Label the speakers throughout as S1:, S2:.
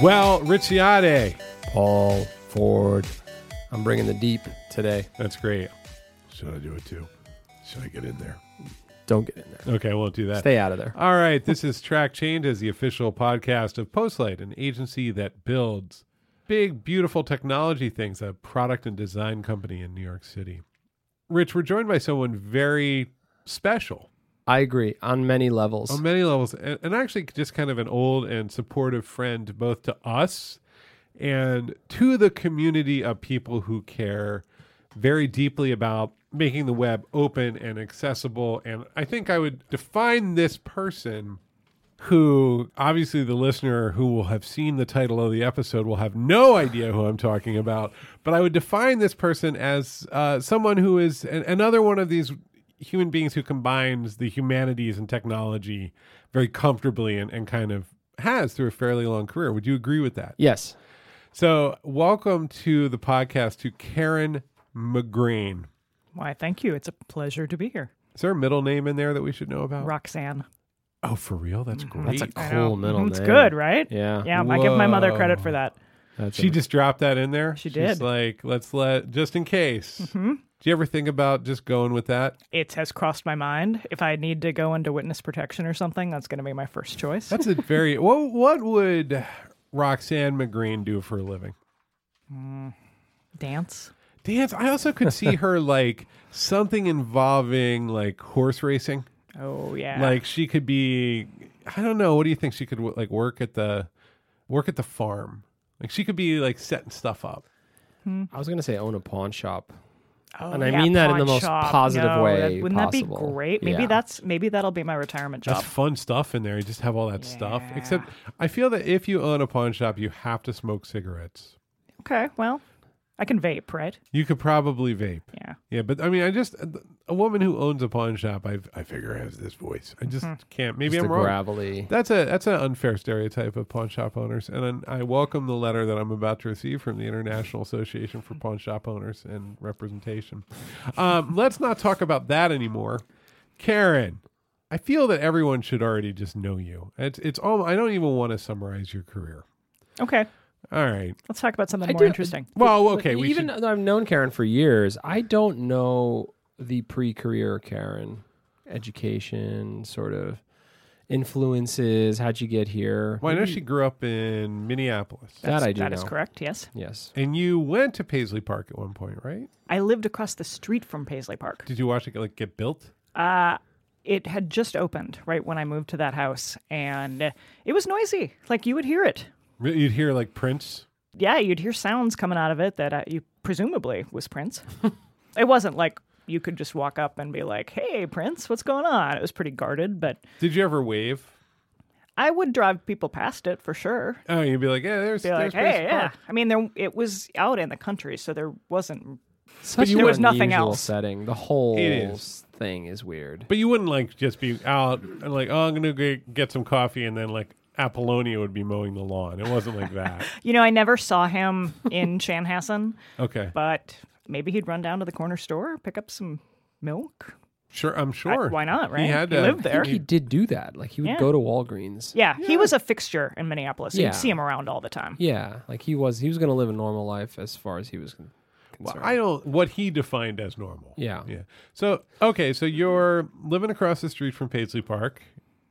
S1: Well, Ricciade.
S2: Paul Ford. I'm bringing the deep today.
S1: That's great.
S3: Should I do it too? Should I get in there?
S2: Don't get in there.
S1: Okay, we'll do that.
S2: Stay out of there.
S1: All right, this is Track Changes, the official podcast of Postlight, an agency that builds big, beautiful technology things, a product and design company in New York City. Rich, we're joined by someone very special
S2: I agree on many levels.
S4: Um,
S1: on many levels, and, and actually just kind of an old and supportive friend, both to us and to the community of people who care very deeply about making the web open and accessible. And I think I would define this person who obviously the listener who will have seen the title of the episode will have no idea who I'm talking about, but I would define this person as uh, someone who is an, another one of these human beings who combines the humanities and technology very comfortably and, and kind of has through a fairly long career. Would you agree with that?
S2: yes.
S1: So, welcome to the podcast to Karen McGreen.
S4: Why, thank you. It's a pleasure to be here.
S1: Is there a middle name in there that we should know about?
S4: Roxanne.
S1: Oh, for real? That's great.
S2: Mm-hmm. That's a
S4: I know.
S2: cool middle
S4: Mhm, It's
S2: name.
S4: good, right?
S2: Yeah.
S4: Yeah, I give my mother credit
S1: Whoa.
S4: for that.
S2: That's
S1: She
S2: a-
S1: just dropped that in there.
S4: She
S1: She's
S4: did. Mm-hmm.
S1: like, let's let just in case. Do you ever think about just going with that?
S4: It has crossed my mind. If I need to go into witness protection or something, that's going to be my first choice.
S1: That's a very what. What would Roxanne McGreen do for a living?
S4: Dance.
S1: Dance. I also could see her like something involving like horse racing.
S4: Oh, yeah.
S1: Like she could be. I don't know. What do you think she could wo- like work at the work at the farm? Like she could be like setting stuff up.
S2: I was gonna say own a pawn shop.
S4: Oh,
S2: and I
S4: yeah,
S2: mean that in the
S4: pawn
S2: most
S4: shop.
S2: positive
S4: No,
S2: way
S4: that- wouldn't that
S2: possible.
S4: be great? Maybe
S2: Yeah.
S4: that's maybe that'll be my retirement job.
S1: That's fun stuff in there. You just have all that stuff.
S4: Yeah.
S1: Except I feel that if you own a pawn shop, you have to smoke cigarettes.
S4: okay, well, I can vape, right?
S1: You could probably vape.
S4: Yeah.
S1: Yeah, but I mean, I just a woman who owns a pawn shop. I I figure has this voice. I
S2: Hmm.
S1: just can't. Maybe
S2: Just
S1: I'm
S2: the
S1: wrong.
S2: gravelly.
S1: That's a that's an unfair stereotype of pawn shop owners, and I I welcome the letter that I'm about to receive from the International Association for Pawn Shop Owners and Representation. Um, let's not talk about that anymore, Karen. I feel that everyone should already just know you. It's it's all. I don't even want to summarize your career.
S4: Okay,
S1: All right.
S4: let's talk about something
S2: I
S4: more
S2: do-
S4: interesting.
S1: Well, okay.
S2: But
S1: We
S2: even
S1: should,
S2: though I've known Karen for years, I don't know the pre-career Karen education sort of influences. How'd you get here?
S1: well, I know she grew up in Minneapolis,
S2: that I do
S4: That is
S2: know.
S4: correct. Yes,
S2: Yes.
S1: and you went to Paisley Park at one point, right?
S4: I lived across the street from Paisley Park.
S1: Did you watch it like get built?
S4: Uh, it had just opened right when I moved to that house, and it was noisy. Like you would hear it.
S1: Re- You'd hear like Prince.
S4: Yeah, you'd hear sounds coming out of it that uh, you presumably was Prince. it wasn't like you could just walk up and be like, "Hey, Prince, what's going on?" It was pretty guarded, but
S1: Did you ever wave?
S4: I would drive people past it for sure.
S1: Oh, you'd be like, yeah, there's,
S4: Be like,
S1: there's
S4: "Hey,
S1: Paisley
S4: yeah."
S1: Park.
S4: I mean, there it was out in the country, so there wasn't.
S2: Such
S4: you
S2: an
S4: was nothing
S2: unusual
S4: else.
S2: setting. The whole
S1: is.
S2: thing is weird.
S1: But you wouldn't like just be out and like, oh, I'm gonna go get some coffee, and then like Apollonia would be mowing the lawn. It wasn't like that.
S4: You know, I never saw him in Chanhassen,
S1: Okay,
S4: but maybe he'd run down to the corner store, pick up some milk.
S1: sure, I'm
S4: I-
S1: sure.
S4: why not? Right?
S1: He had to
S4: lived
S2: I
S4: there.
S2: think he did do that. Like he would
S4: Yeah.
S2: go to Walgreens.
S4: Yeah, he was a fixture in Minneapolis.
S2: Yeah.
S4: You'd see him around all the time.
S2: Yeah, like he was he was going to live a normal life as far as he was con-
S1: Well,
S2: concerned.
S1: I don't what he defined as normal.
S2: Yeah.
S1: yeah. So okay, so you're living across the street from Paisley Park,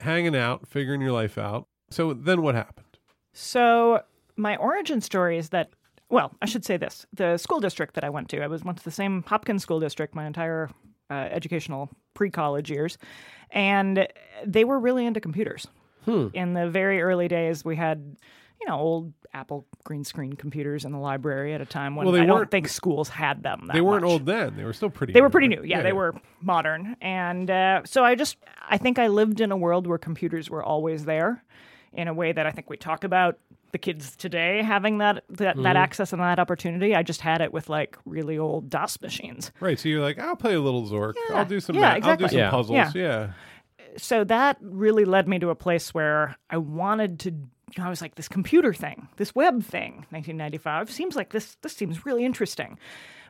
S1: hanging out, figuring your life out. So then what happened?
S4: So my origin story is that well, I should say this: the school district that I went to, I was went to the same Hopkins school district my entire uh, educational pre-college years, and they were really into computers.
S1: Hmm.
S4: In the very early days, we had. You know, old Apple green screen computers in the library at a time when
S1: Well, they
S4: I don't
S1: weren't-
S4: think schools had them. That
S1: They weren't
S4: much.
S1: old then. They were still pretty.
S4: They were
S1: new,
S4: pretty
S1: right?
S4: new. Yeah, they were modern. And uh, so I just, I think I lived in a world where computers were always there in a way that I think we talk about the kids today having that that, that access and that opportunity. I just had it with like really old DOS machines.
S1: Right. So you're like, I'll play a little Zork.
S4: Yeah.
S1: I'll do some.
S4: Yeah,
S1: math. I'll do
S4: exactly.
S1: some
S2: Yeah.
S1: puzzles. Yeah.
S4: Yeah. So that really led me to a place where I wanted to. I was like, this computer thing, this web thing, 1995 seems like this. This seems really interesting,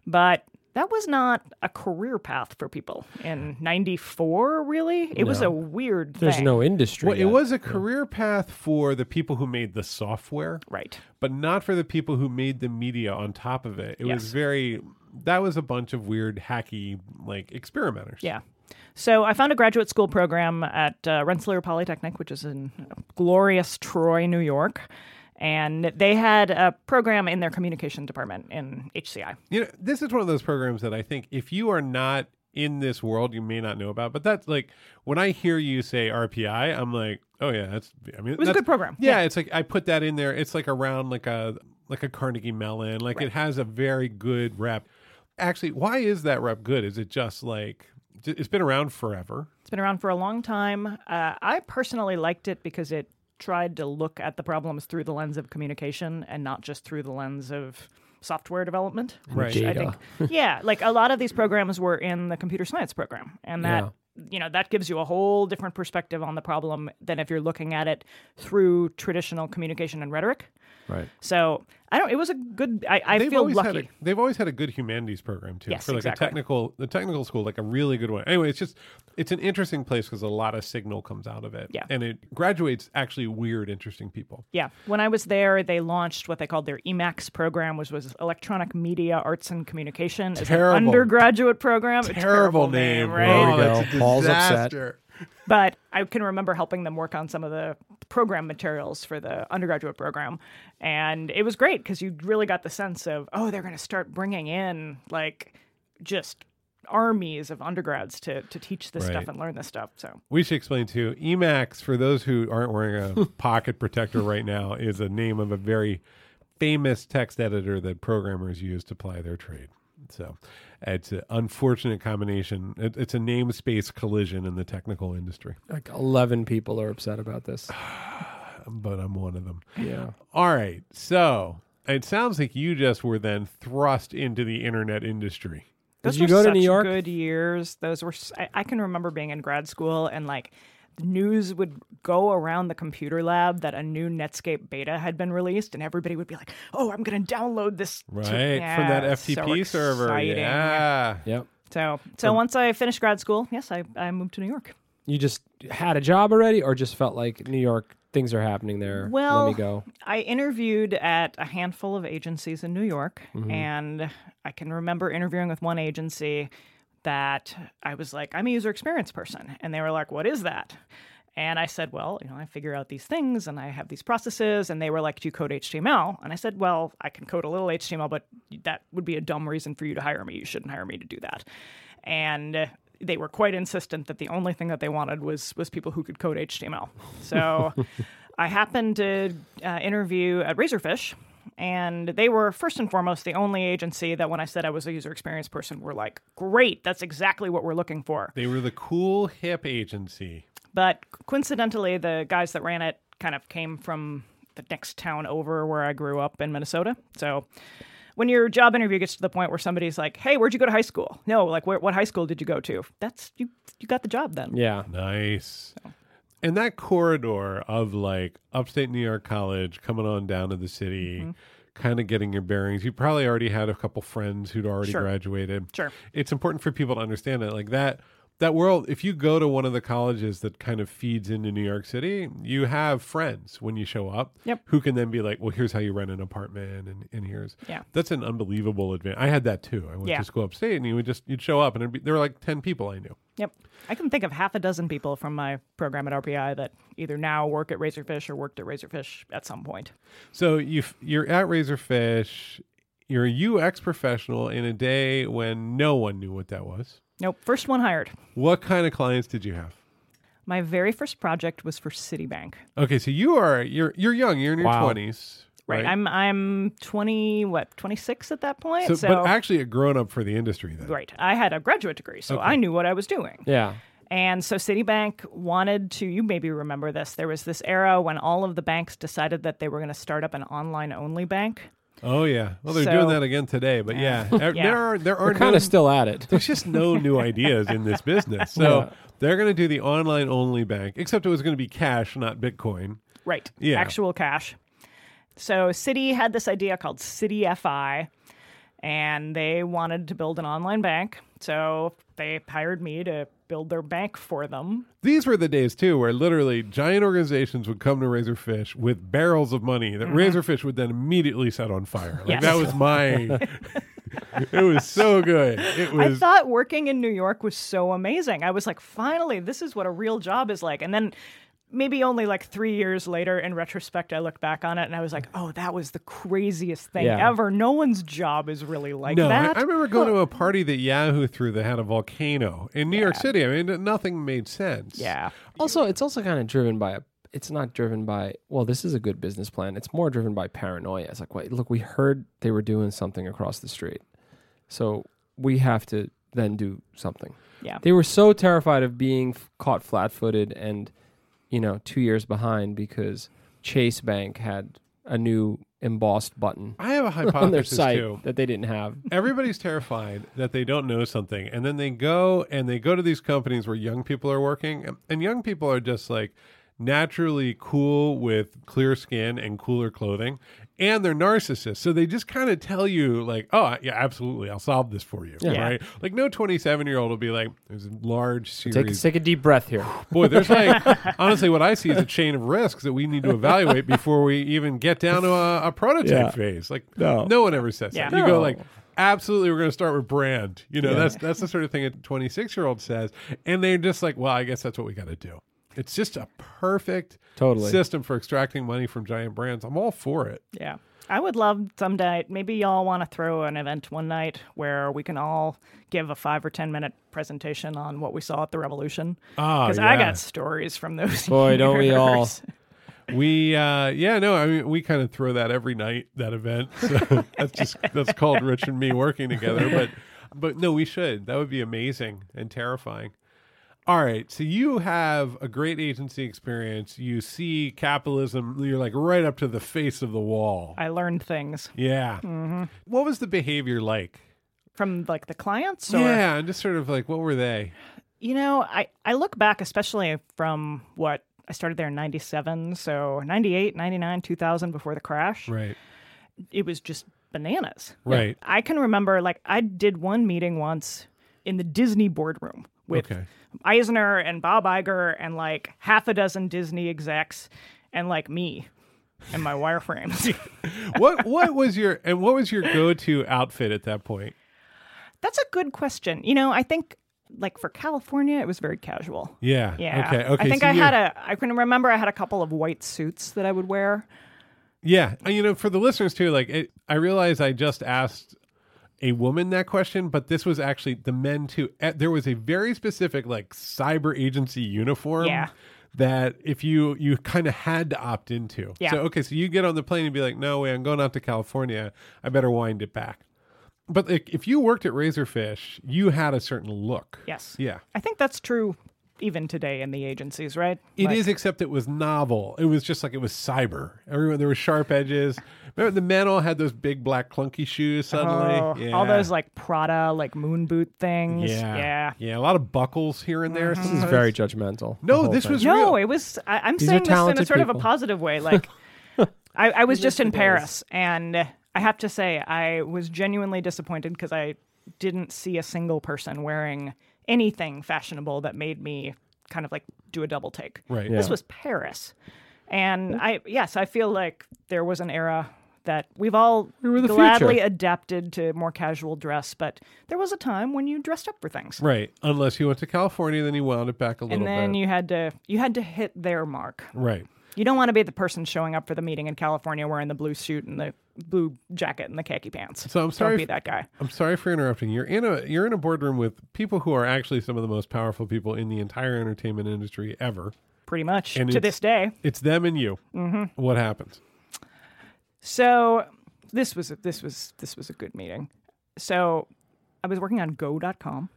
S4: but that was not a career path for people in 94 really it was
S2: No.
S4: a weird
S2: There's
S4: thing
S2: no industry.
S1: Well, it
S2: yet.
S1: was a career path for the people who made the software,
S4: right
S1: but not for the people who made the media on top of it. It was
S4: Yes.
S1: very that was a bunch of weird hacky like experimenters.
S4: Yeah. So I found a graduate school program at uh, Rensselaer Polytechnic, which is in uh, glorious Troy, New York. And they had a program in their communication department in HCI.
S1: You know, this is one of those programs that I think if you are not in this world, you may not know about. But that's like when I hear you say RPI, I'm like, oh yeah, that's. I mean, it
S4: was a good program.
S1: Yeah, it's like I put that in there. It's like around like a like a Carnegie Mellon. Like it has a very good rep. Actually, why is that rep good? Is it just like j- it's been around forever?
S4: It's been around for a long time. Uh, I personally liked it because it tried to look at the problems through the lens of communication and not just through the lens of software development.
S1: Right.
S4: I
S2: Data.
S4: think. yeah, like a lot of these programs were in the computer science program, and that you know that gives you a whole different perspective on the problem than if you're looking at it through traditional communication and rhetoric.
S2: Right.
S4: So I don't. It was a good. I, I
S1: They've
S4: feel
S1: always had a,
S4: lucky.
S1: they've always had a good humanities program too
S4: Yes,
S1: for like
S4: exactly.
S1: a technical the technical school like a really good one. Anyway, it's just it's an interesting place because a lot of signal comes out of it.
S4: Yeah.
S1: and it graduates actually weird, interesting people.
S4: Yeah, when I was there, they launched what they called their E EMAX program, which was Electronic Media Arts and Communication, as an
S1: Terrible.
S4: undergraduate program. A right?
S1: Oh,
S2: There we go. Paul's upset.
S4: but I can remember helping them work on some of the program materials for the undergraduate program. And it was great because you really got the sense of, oh, they're going to start bringing in like just armies of undergrads to, to teach this stuff
S1: Right.
S4: and learn this stuff. So,
S1: We should explain too. Emacs, for those who aren't wearing a pocket protector right now, is a name of a very famous text editor that programmers use to ply their trade. So it's an unfortunate combination. It, it's a namespace collision in the technical industry,
S2: Like 11 people are upset about this.
S1: but I'm one of them.
S2: Yeah.
S1: All right. So it sounds like you just were then thrust into the internet industry.
S4: those
S2: Did you go
S4: were
S2: to
S4: such
S2: New York?
S4: good years. Those were, s- I, I can remember being in grad school and like, the News would go around the computer lab that a new Netscape beta had been released, and everybody would be like, "Oh, I'm going to download this to-"
S1: Right. From
S4: Yeah,
S1: that
S4: it's so
S1: FTP server.
S4: exciting.
S1: Yeah.
S2: Yep.
S4: So, so
S2: Um,
S4: once I finished grad school, yes, I, I moved to New York.
S2: You just had a job already or just felt like New York things are happening there.
S4: Well,
S2: let me go.
S4: I interviewed at a handful of agencies in New York, and I can remember interviewing with one agency that I was like, I'm a user experience person. And they were like, What is that? And I said, Well, you know, I figure out these things and I have these processes. And they were like, Do you code HTML? And I said, Well, I can code a little HTML, but that would be a dumb reason for you to hire me. You shouldn't hire me to do that. And they were quite insistent that the only thing that they wanted was was people who could code HTML. So I happened to uh, interview at Razorfish, and they were first and foremost the only agency that when I said I was a user experience person, were like, "Great, that's exactly what we're looking for."
S1: They were the cool hip agency.
S4: But coincidentally, the guys that ran it kind of came from the next town over where I grew up in Minnesota. So when your job interview gets to the point where somebody's like, "Hey, where'd you go to high school?" No, like, where, "What high school did you go to?" That's you. You got the job then.
S2: Yeah.
S1: Nice. And that corridor of like upstate New York college coming on down to the city,
S4: Mm-hmm.
S1: kind of getting your bearings. You probably already had a couple friends who'd already
S4: Sure.
S1: graduated.
S4: Sure.
S1: It's important for people to understand that like that that world if you go to one of the colleges that kind of feeds into New York City, you have friends when you show up
S4: Yep.
S1: who can then be like, "Well, here's how you rent an apartment and, and here's."
S4: Yeah.
S1: That's an unbelievable advantage. I had that too. I went
S4: Yeah.
S1: to school upstate and you would just you'd show up and it'd be, there were like 10 people I knew.
S4: Yep. I can think of half a dozen people from my program at RPI that either now work at Razorfish or worked at Razorfish at some point.
S1: So you f- you're at Razorfish. You're a UX professional in a day when no one knew what that was.
S4: Nope. First one hired.
S1: What kind of clients did you have?
S4: My very first project was for Citibank.
S1: Okay, so you are you're you're young. You're in your
S2: Wow.
S1: twenties,
S4: Right. I'm I'm 20 what 26 at that point.
S1: so,
S4: So,
S1: but actually a grown up for the industry then.
S4: right. I had a graduate degree, so I knew what I was doing.
S2: Yeah.
S4: And so Citibank wanted to, you maybe remember this, there was this era when all of the banks decided that they were going to start up an online only bank.
S1: Oh yeah. Well, they're
S4: So-
S1: doing that again today. But yeah, Er-
S4: Yeah.
S1: there are there are
S2: We're kind
S1: no-
S2: of still at it.
S1: there's just no new ideas in this business. So they're going to do the online only bank, except it was going to be cash, not Bitcoin.
S4: Right.
S1: Yeah.
S4: Actual cash. So City had this idea called City FI. and they wanted to build an online bank. So they hired me to build their bank for them.
S1: These were the days too where literally giant organizations would come to Razorfish with barrels of money that Razorfish would then immediately set on fire. Like
S4: Mm-hmm. Yes.
S1: that was my It was so good. It
S4: I
S1: was
S4: thought working in New York was so amazing. I was like, finally, this is what a real job is like. And then maybe only like three years later, in retrospect, I looked back on it and I was like, oh, that was the craziest thing
S2: Yeah.
S4: ever. No one's job is really like
S1: no, I,
S4: that.
S1: I remember going to a party that Yahoo threw that had a volcano in New York City. I mean, nothing made sense.
S4: yeah.
S2: Also, it's also kind of driven by a. It's not driven by well, this is a good business plan. It's more driven by paranoia. It's like, wait, look, we heard they were doing something across the street, so we have to then do something.
S4: Yeah.
S2: they were so terrified of being f- caught flat-footed and, you know, two years behind because Chase Bank had a new embossed button
S1: I have a
S2: on their
S1: hypothesis
S2: site
S1: too.
S2: that they didn't have.
S1: Everybody's terrified that they don't know something, and then they go and they go to these companies where young people are working, and- and young people are just like naturally cool with clear skin and cooler clothing, and they're narcissists, so they just kind of tell you like, "Oh, yeah, absolutely, I'll solve this for you."
S2: Yeah.
S1: Right? Like, no twenty-seven-year-old will be like, "There's a large series."
S2: Take, take a deep breath here.
S1: Boy, there's like honestly, what I see is a chain of risks that we need to evaluate before we even get down to a, a prototype
S2: Yeah.
S1: phase. Like no.
S2: No.
S1: one ever says that.
S4: Yeah.
S1: You go
S2: No.
S1: like, absolutely, we're going to start with brand. You know, that's that's the sort of thing a 26 year old says, and they're just like, well, I guess that's what we got to do. It's just a perfect
S2: Totally.
S1: system for extracting money from giant brands. I'm all for it.
S4: Yeah. I would love someday, maybe y'all want to throw an event one night where we can all give a five or 10 minute presentation on what we saw at the revolution.
S1: Ah,
S4: Because I
S1: yeah.
S4: got stories from those.
S2: Boy, don't we all.
S4: years.
S1: We uh yeah, no, I mean we kind of throw that every night, that event. So that's just that's called Rich and me working together. But but no, we should. That would be amazing and terrifying. All right. So you have a great agency experience. You see capitalism, you're like right up to the face of the wall.
S4: I Mm-hmm. learned things
S1: yeah. What was the behavior like?
S4: from like the clients. Or,
S1: yeah, and just sort of like what were they?
S4: You know, I, I look back, especially from what I started there in 97. So 98, 99, 2000 before the crash.
S1: Right.
S4: It was just bananas.
S1: Right.
S4: I can remember, like, I did one meeting once in the Disney boardroom with
S1: Okay.
S4: Eisner and Bob Iger and like half a dozen Disney execs and like me and my wireframes.
S1: what what was your and what was your go-to outfit at that point?
S4: That's a good question. You know, I think like for California, it was very casual.
S1: Yeah.
S4: Yeah.
S1: Okay. Okay.
S4: I think
S1: so
S4: I
S1: you-
S4: had a, I can remember I had a couple of white suits that I would wear.
S1: Yeah, and, you know, for the listeners too, like it, I realize I just asked a woman that question, but this was actually the men too. Eh, There was a very specific like cyber agency uniform.
S4: Yeah.
S1: That if you you kind of had to opt into.
S4: Yeah.
S1: So okay, so you get on the plane and be like, no way, I'm going out to California. I better wind it back. But like, if you worked at Razorfish, you had a certain look.
S4: Yes.
S1: Yeah.
S4: I think that's true even today in the agencies, right?
S1: It is, except it was novel. It was just like it was cyber. Everyone there were sharp edges. Remember the men all had those big black clunky shoes suddenly.
S4: Oh,
S1: yeah.
S4: All those like Prada, like moon boot things.
S1: yeah.
S4: Yeah. Mm-hmm.
S1: Yeah, a lot of buckles here and there.
S2: This is very judgmental. the
S1: No,
S2: whole
S1: this
S2: thing.
S1: was
S4: No,
S1: real.
S4: it was. I, I'm
S2: These are
S4: saying this in a
S2: talented
S4: sort of a
S2: people.
S4: positive way. Like, I, I was just in
S2: it is.
S4: Paris, and I have to say, I was genuinely disappointed because I didn't see a single person wearing anything fashionable that made me kind of like do a double take.
S1: Right.
S4: This
S2: Yeah.
S4: was Paris, and I yes, I feel like there was an era that we've all
S2: were the
S4: gladly
S2: future.
S4: adapted to more casual dress, but there was a time when you dressed up for things.
S1: Right. Unless you went to California, then you wound it back a little
S4: And then
S1: bit.
S4: you had to you had to hit their mark.
S1: right.
S4: You don't want to be the person showing up for the meeting in California wearing the blue suit and the blue jacket and the khaki pants.
S1: So I'm sorry
S4: Don't be
S1: if-
S4: that guy.
S1: I'm sorry for interrupting. You're in a you're in a boardroom with people who are actually some of the most powerful people in the entire entertainment industry ever.
S4: Pretty much
S1: And
S4: to
S1: it's-
S4: this day.
S1: It's them and you. Mm-hmm. What happens?
S4: So this was a, this was this was a good meeting. So I was working on Go.com,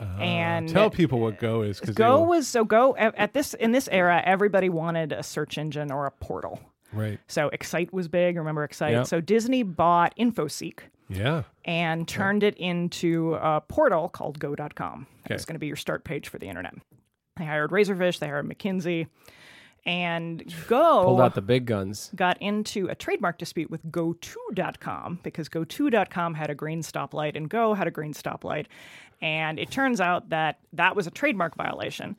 S4: and
S1: Ah, Tell people what Go is because
S4: Go was so Go at at this in this era everybody wanted a search engine or a portal.
S1: right.
S4: So Excite was big. Remember Excite?
S2: Yep.
S4: So Disney bought InfoSeek.
S1: Yeah.
S4: and turned it into a portal called go.com.
S1: Okay.
S4: It's going to be your start page for the internet. They hired Razorfish, they hired McKinsey, and Go
S2: Pulled out the big guns.
S4: got into a trademark dispute with GoTo.com because GoTo.com had a green stoplight and Go had a green stoplight. And it turns out that that was a trademark violation.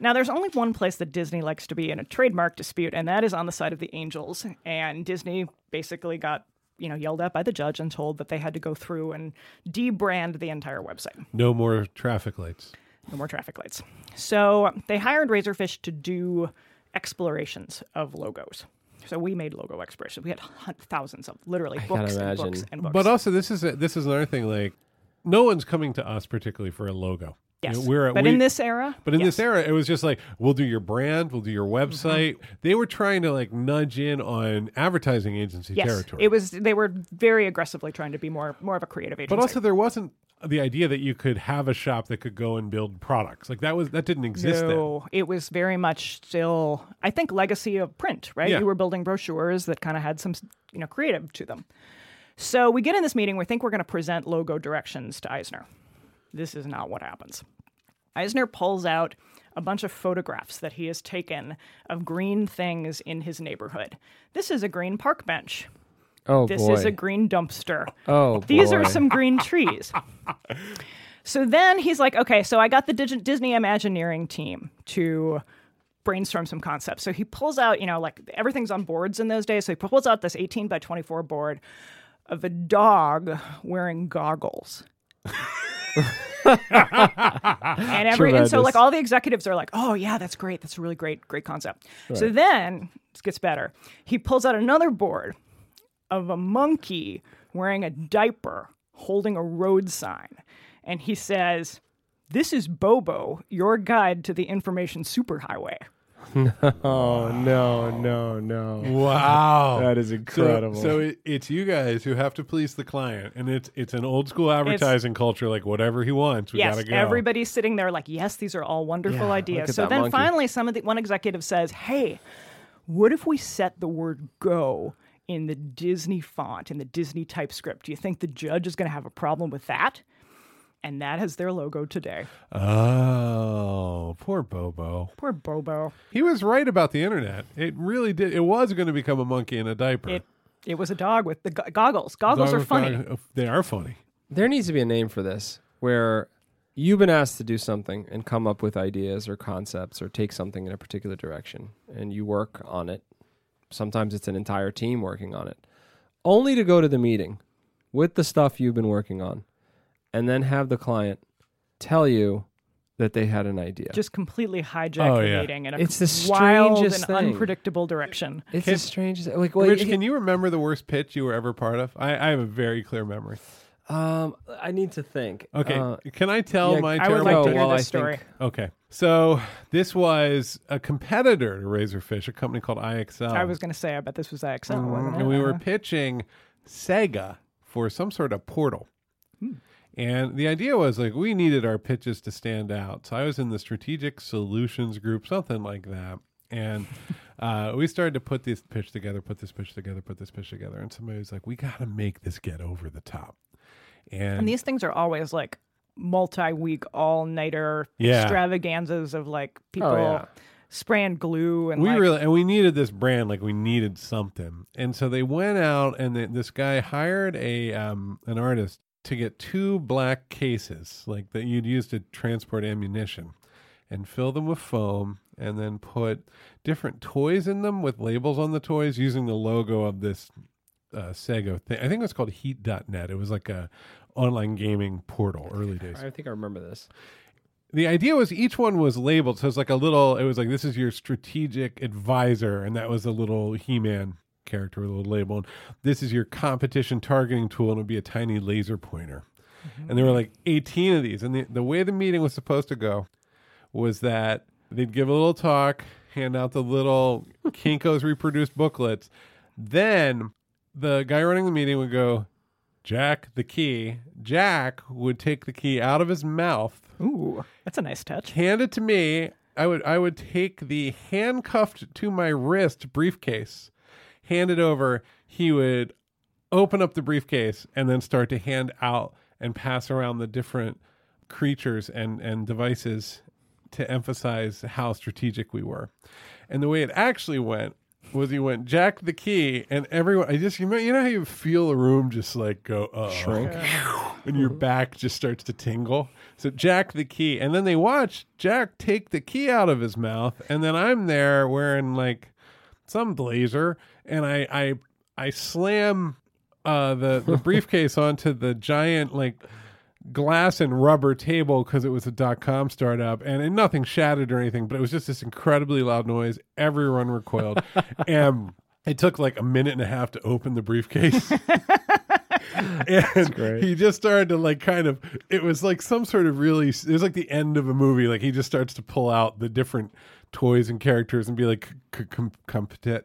S4: Now, there's only one place that Disney likes to be in a trademark dispute, and that is on the side of the Angels. And Disney basically got you know yelled at by the judge and told that they had to go through and debrand the entire website
S1: No more traffic lights.
S4: no more traffic lights. So they hired Razorfish to do explorations of logos. So we made logo explorations. We had hun- thousands of literally
S2: can't
S4: books and books
S2: imagine.
S4: and books.
S1: But uh, also, this is a, this is another thing. Like, no one's coming to us particularly for a logo.
S4: yes.
S1: You know, we're
S4: but
S1: we-
S4: in this era,
S1: But in
S4: yes. Mm-hmm.
S1: this era, it was just like, we'll do your brand, we'll do your website. They were trying to like nudge in on advertising agency
S4: yes,
S1: territory.
S4: it was they were very aggressively trying to be more more of a creative agency.
S1: but also, there wasn't the idea that you could have a shop that could go and build products. Like that was that didn't exist then.
S4: No, it was very much still, I think, legacy of print, right?
S1: Yeah.
S4: You were building brochures that kind of had some, you know, creative to them. So we get in this meeting, we think we're going to present logo directions to Eisner. This is not what happens. Eisner pulls out a bunch of photographs that he has taken of green things in his neighborhood. This is a green park bench.
S2: Oh
S4: This
S2: boy.
S4: is a green dumpster.
S2: oh
S4: These are
S2: boy.
S4: some green trees. so then he's like, okay, so I got the Digi- Disney Imagineering team to brainstorm some concepts. So he pulls out, you know, like everything's on boards in those days. So he pulls out this 18 by 24 board of a dog wearing goggles. and every and so
S2: Tremendous.
S4: like all the executives are like, "Oh yeah, that's great. That's a really great great concept." So then it gets better. He pulls out another board of a monkey wearing a diaper holding a road sign. And he says, This is Bobo, your guide to the information superhighway.
S2: Oh no, no, no.
S1: Wow,
S2: That is incredible.
S1: So, so it, it's you guys who have to please the client, and it's it's an old school advertising culture. Like whatever he wants, we
S4: yes,
S1: gotta go.
S4: everybody's sitting there like, Yes, these are all wonderful
S2: Yeah, look
S4: ideas.
S2: at
S4: So
S2: that
S4: then
S2: monkey.
S4: finally, some of the, one executive says, Hey, what if we set the word go in the Disney font, in the Disney typescript? Do you think the judge is going to have a problem with that? And that is their logo today.
S1: Oh, poor Bobo.
S4: Poor Bobo.
S1: He was right about the internet. It really did. It was going to become a monkey in a diaper.
S4: It it was a dog with the go- goggles. Goggles are
S1: Dog-
S4: funny.
S1: dog- They are funny.
S2: There needs to be a name for this where you've been asked to do something and come up with ideas or concepts or take something in a particular direction and you work on it. Sometimes it's an entire team working on it. Only to go to the meeting with the stuff you've been working on and then have the client tell you that they had an idea.
S4: Just completely hijack
S1: Oh,
S4: the
S1: yeah.
S4: meeting in a
S2: It's the
S4: wild and
S2: strangest thing.
S4: unpredictable direction.
S2: it's the strangest like well,
S1: Rich,
S2: it-
S1: can you remember the worst pitch you were ever part of? I, I have a very clear memory.
S2: um I need to think.
S1: Okay,
S2: Uh,
S1: can I tell
S2: yeah,
S1: my
S4: I
S1: terrible
S4: would like
S2: Well,
S4: to hear
S2: well, I
S4: this story.
S2: think-
S1: Okay, so this was a competitor to Razorfish, a company called IXL.
S2: oh.
S4: I was going to say, I bet this was XL. wasn't it?
S1: and we were pitching Sega for some sort of portal. And the idea was like we needed our pitches to stand out. So I was in the strategic solutions group, something like that. And uh, we started to put this pitch together, put this pitch together, put this pitch together. And somebody was like, we got to make this get over the top. And,
S4: And these things are always like multi-week, all-nighter
S1: Yeah.
S4: extravaganzas of like people
S2: yeah.
S4: spraying glue and
S1: we
S4: like,
S1: really and we needed this brand like we needed something and so they went out and th- this guy hired a um an artist to get two black cases like that you'd use to transport ammunition and fill them with foam and then put different toys in them with labels on the toys using the logo of this uh, Sego thing. I think it was called Heat.net. It was like a online gaming portal early days
S2: I think I remember this.
S1: the idea was each one was labeled. So it's like a little, it was like, this is your strategic advisor. And that was a little He Man character with a little label. And this is your competition targeting tool. And it would be a tiny laser pointer. And there were like 18 of these. And the, the way the meeting was supposed to go was that they'd give a little talk, hand out the little Kinko's reproduced booklets. Then the guy running the meeting would go, Jack, the key. Jack would take the key out of his mouth
S4: ooh, that's a nice touch.
S1: hand it to me. I would I would take the handcuffed to my wrist briefcase, hand it over. He would open up the briefcase and then start to hand out and pass around the different creatures and and devices to emphasize how strategic we were. And the way it actually went was he went jack the key and everyone I just you know, you know how you feel the room just like go uh
S2: Shrink.
S1: and your back just starts to tingle. So Jack the key, and then they watch Jack take the key out of his mouth, and then I'm there wearing like some blazer, and I I I slam uh, the the briefcase onto the giant like glass and rubber table because it was a dot com startup and, and nothing shattered or anything, but it was just this incredibly loud noise. Everyone recoiled. and it took like a minute and a half to open the briefcase. and
S2: great.
S1: he just started to like kind of it was like some sort of really it was like the end of a movie like he just starts to pull out the different toys and characters and be like c- com- compet-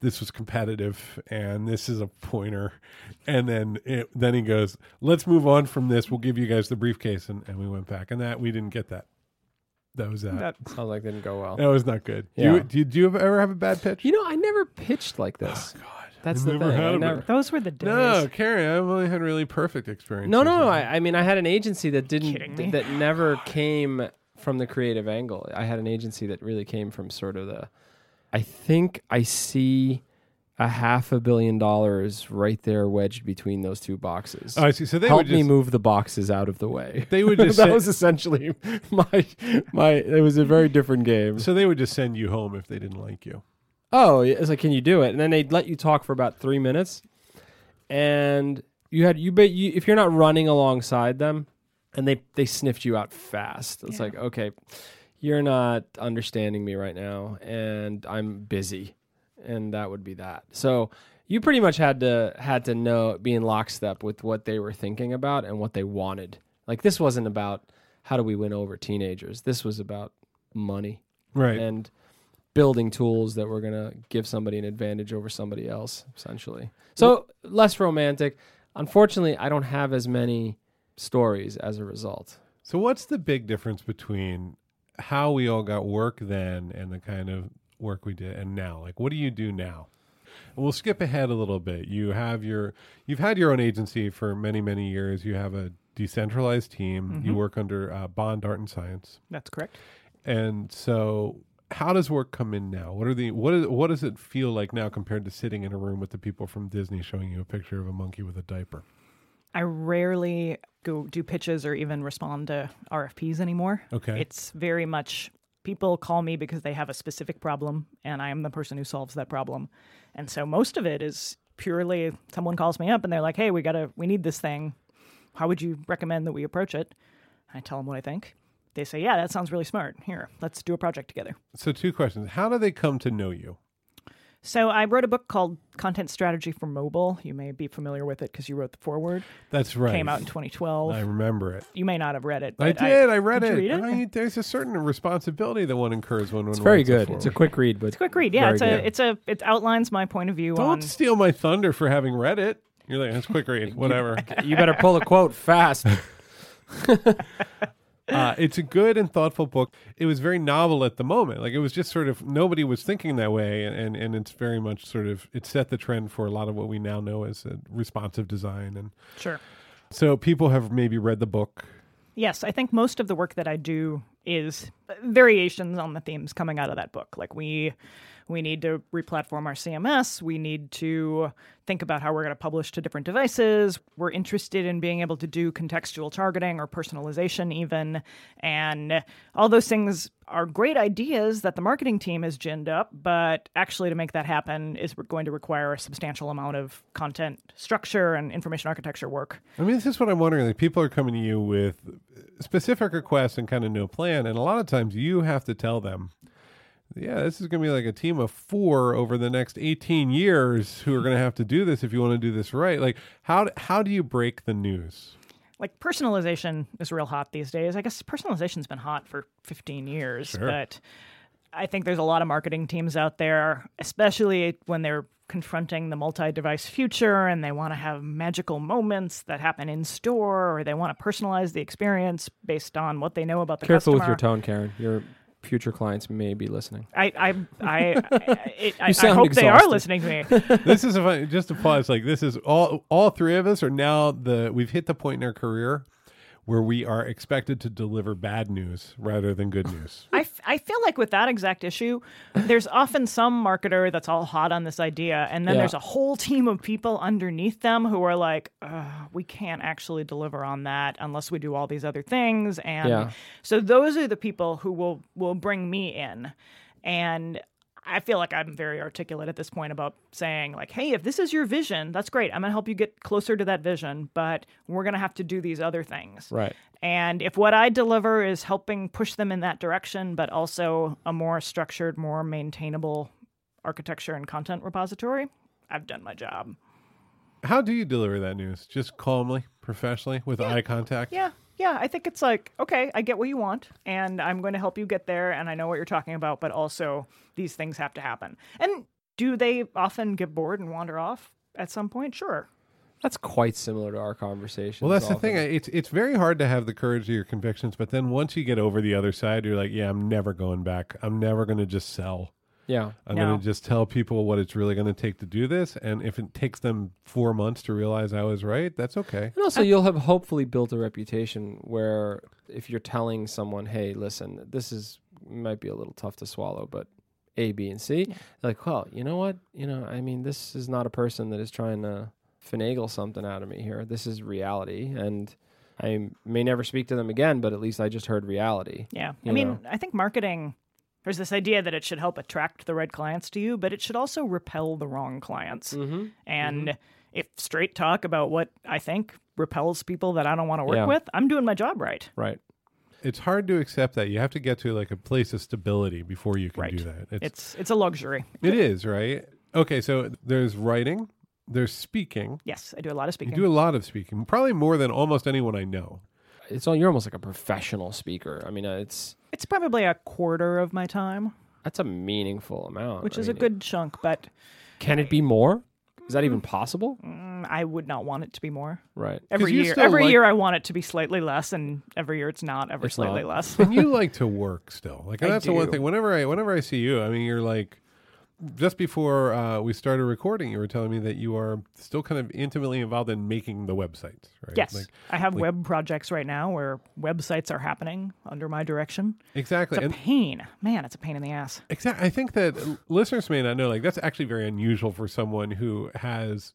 S1: this was competitive and this is a pointer and then it, then he goes let's move on from this we'll give you guys the briefcase and, and we went back and that we didn't get that that was that that,
S4: That-
S2: Sounds like didn't go well.
S1: was not good
S2: Yeah.
S1: do you do you ever have a bad pitch
S2: You know, I never pitched like this.
S1: god
S2: That's
S1: I
S2: the
S1: never
S2: thing.
S1: had
S2: I
S1: a-
S2: never-
S4: Those were the days.
S1: no karen i've only had really perfect experiences
S2: No, no, no. I, I mean, I had an agency that didn't
S4: Kidding
S2: th-
S4: me?
S2: that never came from the creative angle. I had an agency that really came from sort of the. I think I see a half a billion dollars right there wedged between those two boxes.
S1: Oh, I see. So they
S2: Help
S1: would
S2: me
S1: just,
S2: move the boxes out of the way.
S1: They would just
S2: that
S1: say-
S2: was essentially my my. It was a very different game.
S1: So they would just send you home if they didn't like you.
S2: oh, yeah, it's like, can you do it? And then they'd let you talk for about three minutes, and you had you, but you, if you're not running alongside them, and they they sniffed you out fast. It's
S4: Yeah.
S2: like, okay, you're not understanding me right now, and I'm busy, and that would be that. So you pretty much had to had to know be in lockstep with what they were thinking about and what they wanted. Like this wasn't about how do we win over teenagers. This was about money
S1: Right.
S2: and building tools that were going to give somebody an advantage over somebody else, essentially. So less romantic. Unfortunately, I don't have as many stories as a result.
S1: so what's the big difference between how we all got work then and the kind of work we did and now? Like what do you do now? And we'll skip ahead a little bit. You have your you've had your own agency for many, many years. You have a decentralized team. You work under uh, Bond Art and Science.
S4: That's correct.
S1: And so how does work come in now? What are the what is what does it feel like now compared to sitting in a room with the people from Disney showing you a picture of a monkey with a diaper?
S4: I rarely go do pitches or even respond to RFPs anymore.
S1: Okay.
S4: It's very much people call me because they have a specific problem and I am the person who solves that problem. And so most of it is purely someone calls me up and they're like, "Hey, we got to we need this thing. How would you recommend that we approach it?" I tell them what I think. They say, "Yeah, that sounds really smart. Here, let's do a project together."
S1: So two questions. How do they come to know you?
S4: So I wrote a book called Content Strategy for Mobile. You may be familiar with it because you wrote the foreword.
S1: That's right.
S4: Came out in 2012.
S1: I remember it.
S4: you may not have read it.
S1: I
S4: But
S1: did. I, read
S4: Did
S1: it.
S4: you read it?
S1: I mean, there's a certain responsibility that one incurs when one.
S2: It's very
S1: writes a
S2: good.
S1: foreword.
S2: It's a quick read, but it's
S4: quick read. Yeah,
S2: Very
S4: it's
S2: good.
S4: a, it's a, it outlines my point of view on.
S1: Don't steal my thunder for having read it. You're like, that's a quick read. Whatever.
S2: you better pull a quote fast.
S1: uh, it's a good and thoughtful book. It was very novel at the moment. Like it was just sort of nobody was thinking that way, and and, and it's very much sort of it set the trend for a lot of what we now know as uh, responsive design. And
S4: Sure.
S1: so people have maybe read the book.
S4: Yes, I think most of the work that I do is uh, variations on the themes coming out of that book. Like we we need to replatform our CMS, we need to think about how we're going to publish to different devices. We're interested in being able to do contextual targeting or personalization even and all those things are great ideas that the marketing team has ginned up, but actually to make that happen is going to require a substantial amount of content structure and information architecture work.
S1: I mean, this is what I'm wondering. Like, people are coming to you with specific requests and kind of no plan, and a lot of times you have to tell them, "Yeah, this is going to be like a team of four over the next 18 years who are going to have to do this if you want to do this right." Like, how d- how do you break the news?
S4: like personalization is real hot these days. I guess personalization's been hot for 15 years, but I think there's a lot of marketing teams out there, especially when they're confronting the multi-device future and they want to have magical moments that happen in store or they want to personalize the experience based on what they know about the
S2: Careful with
S4: customer.
S2: your tone, Karen. Your future clients may be listening.
S4: I I I, I, it, I, I
S2: sound
S4: hope they are
S2: exhausted.
S4: listening to me.
S1: this is a fun, just to pause. Like, this is all all three of us are now the we've hit the point in our career where we are expected to deliver bad news rather than good news.
S4: I, f- I feel like with that exact issue, there's often some marketer that's all hot on this idea, and then
S2: Yeah.
S4: there's a whole team of people underneath them who are like, "Ugh, we can't actually deliver on that unless we do all these other things. And
S2: Yeah.
S4: so those are the people who will will bring me in, and. I feel like I'm very articulate at this point about saying like, "Hey, if this is your vision, that's great. I'm going to help you get closer to that vision, but we're going to have to do these other things."
S2: Right.
S4: And if what I deliver is helping push them in that direction, but also a more structured, more maintainable architecture and content repository, I've done my job.
S1: How do you deliver that news? Just calmly, professionally, with eye contact?
S4: Yeah. Yeah. I think it's like, okay, I get what you want, and I'm going to help you get there, and I know what you're talking about, but also these things have to happen. And do they often get bored and wander off at some point? Sure.
S2: That's quite similar to our conversation.
S1: Well, that's the thing. I- It's it's very hard to have the courage of your convictions, but then once you get over the other side, you're like, yeah, I'm never going back. I'm never going to just sell.
S2: Yeah.
S1: I'm
S4: No.
S1: going to just tell people what it's really going to take to do this, and if it takes them four months to realize I was right, that's okay.
S2: And also, you'll have hopefully built a reputation where if you're telling someone, "Hey, listen, this is might be a little tough to swallow, but A, B, and C," like, well, you know what? You know, I mean, this is not a person that is trying to finagle something out of me here. This is reality, and I may never speak to them again, but at least I just heard reality.
S4: Yeah.
S2: You
S4: I mean,
S2: know.
S4: I think marketing, there's this idea that it should help attract the right clients to you, but it should also repel the wrong clients.
S1: Mm-hmm.
S4: And if straight talk about what I think repels people that I don't want to work
S2: Yeah.
S4: with, I'm doing my job right.
S2: Right.
S1: It's hard to accept that. You have to get to like a place of stability before you can
S4: Right.
S1: do that.
S4: It's it's a luxury.
S1: It is, right? Okay, so there's writing, there's speaking.
S4: Yes, I do a lot of
S1: You
S4: speaking.
S1: do a lot of speaking, probably more than almost anyone I know.
S2: It's all you're almost like a professional speaker. I mean, uh, it's
S4: It's probably a quarter of my time,
S2: that's a meaningful amount,
S4: which
S2: I
S4: is a
S2: mean,
S4: good chunk, but
S2: Can it be more? Is that even possible?
S4: mm, I would not want it to be more.
S2: Right.
S4: Every
S1: you
S4: year,
S1: still
S4: every
S1: like-
S4: year I want it to be slightly less, and every year it's not ever
S2: It's
S4: slightly
S2: not.
S4: less.
S1: And you like to work still. Like
S2: I
S1: that's the one
S2: do.
S1: thing. Whenever I whenever I see you, I mean, you're like just before uh, we started recording, you were telling me that you are still kind of intimately involved in making the websites, right?
S4: yes,
S1: Like,
S4: I have web projects right now where websites are happening under my direction.
S1: exactly.
S4: It's a
S1: and
S4: pain, man. It's a pain in the ass.
S1: Exactly. I think that l- listeners may not know, like, that's actually very unusual for someone who has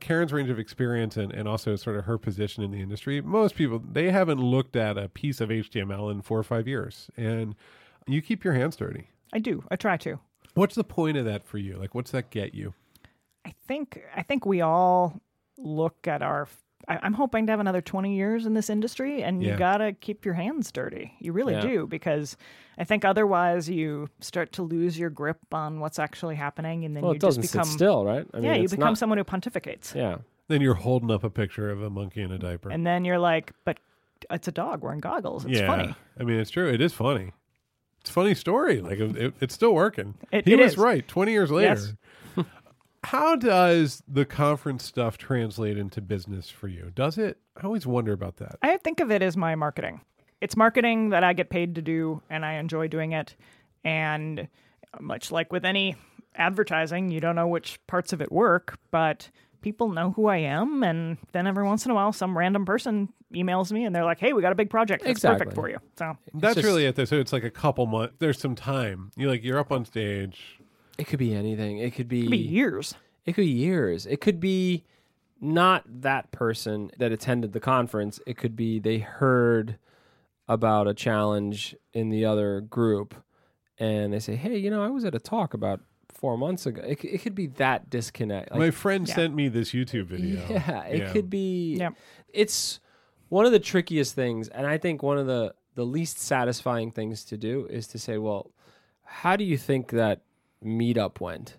S1: Karen's range of experience and, and also sort of her position in the industry. Most people, they haven't looked at a piece of HTML in four or five years. And you keep your hands dirty.
S4: I do. I try to.
S1: What's the point of that for you? Like, what's that get you?
S4: I think I think we all look at our. I, I'm hoping to have another 20 years in this industry, and
S1: Yeah.
S4: you gotta keep your hands dirty. You really
S2: Yeah.
S4: do, because I think otherwise you start to lose your grip on what's actually happening, and then
S2: Well,
S4: you
S2: it doesn't
S4: just become
S2: sit still, right? I
S4: yeah, you
S2: it's
S4: become
S2: not-
S4: someone who pontificates,
S2: Yeah.
S1: Then you're holding up a picture of a monkey in a diaper.
S4: and then you're like, but it's a dog wearing goggles. It's
S1: yeah.
S4: funny.
S1: I mean, it's true. It is funny. It's a funny story. Like, it, it- it's still working.
S4: It-
S1: he
S4: it
S1: was
S4: is.
S1: right 20 years later.
S4: Yes.
S1: How does the conference stuff translate into business for you? Does it? I always wonder about that.
S4: I think of it as my marketing. It's marketing that I get paid to do and I enjoy doing it. And uh, much like with any advertising, you don't know which parts of it work, but people know who I am. And then every once in a while, some random person emails me and they're like, hey, we got a big project. It's
S2: Exactly.
S4: perfect for you. So
S1: That's
S2: just-
S1: really it. Though. So it's like a couple months. There's some time. You like you're up on stage.
S2: It could be anything. It could
S4: it'd be
S2: be
S4: years.
S2: it could be years. It could be not that person that attended the conference. It could be they heard about a challenge in the other group and they say, "Hey, you know, I was at a talk about 4 months ago." It, c- it could be that disconnect. Like,
S1: My friend sent me this YouTube video.
S2: Yeah, it
S1: Yeah.
S2: could be.
S4: Yep.
S2: It's one of the trickiest things, and I think one of the the least satisfying things to do is to say, well, how do you think that meetup went?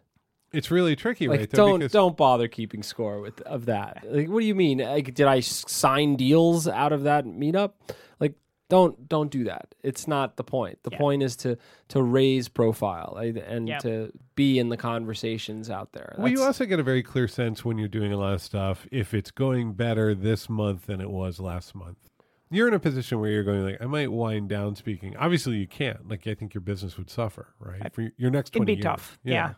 S1: It's really tricky,
S2: Like,
S1: right? though,
S2: don't
S1: because-
S2: don't bother keeping score with of that. Like, what do you mean? Like, did I s- sign deals out of that meetup? Like, don't don't do that. It's not the point. The
S4: Yeah.
S2: point is to to raise profile like, and
S4: Yep.
S2: to be in the conversations out there.
S1: Well, you
S2: That's-
S1: also get a very clear sense when you're doing a lot of stuff if it's going better this month than it was last month. You're in a position where you're going like, I might wind down speaking. Obviously, you can't. Like, I think your business would suffer, right? For your next
S4: It'd
S1: twenty
S4: be
S1: years.
S4: tough. Yeah.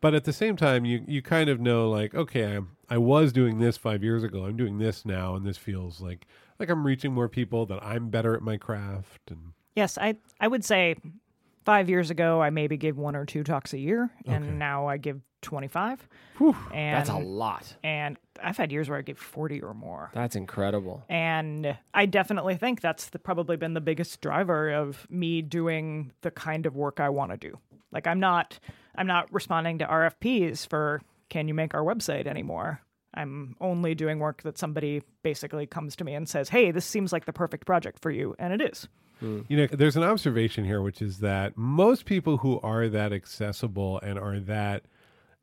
S1: But at the same time, you you kind of know like, okay, I'm I was doing this five years ago. I'm doing this now, and this feels like like I'm reaching more people. That I'm better at my craft, and
S4: Yes, I I would say five years ago I maybe gave one or two talks a year, and now I give twenty five. And
S2: That's a lot.
S4: and I've had years where I give forty or more.
S2: That's incredible.
S4: And I definitely think that's the, probably been the biggest driver of me doing the kind of work I want to do. Like I'm not I'm not responding to RFPs for can you make our website anymore? I'm only doing work that somebody basically comes to me and says, "Hey, this seems like the perfect project for you." And it is.
S1: you know, there's an observation here, which is that most people who are that accessible and are that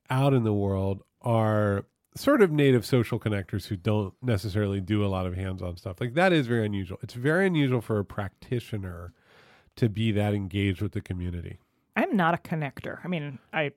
S1: out in the world are sort of native social connectors who don't necessarily do a lot of hands-on stuff. Like that is very unusual. It's very unusual for a practitioner to be that engaged with the community.
S4: I'm not a connector. I mean, I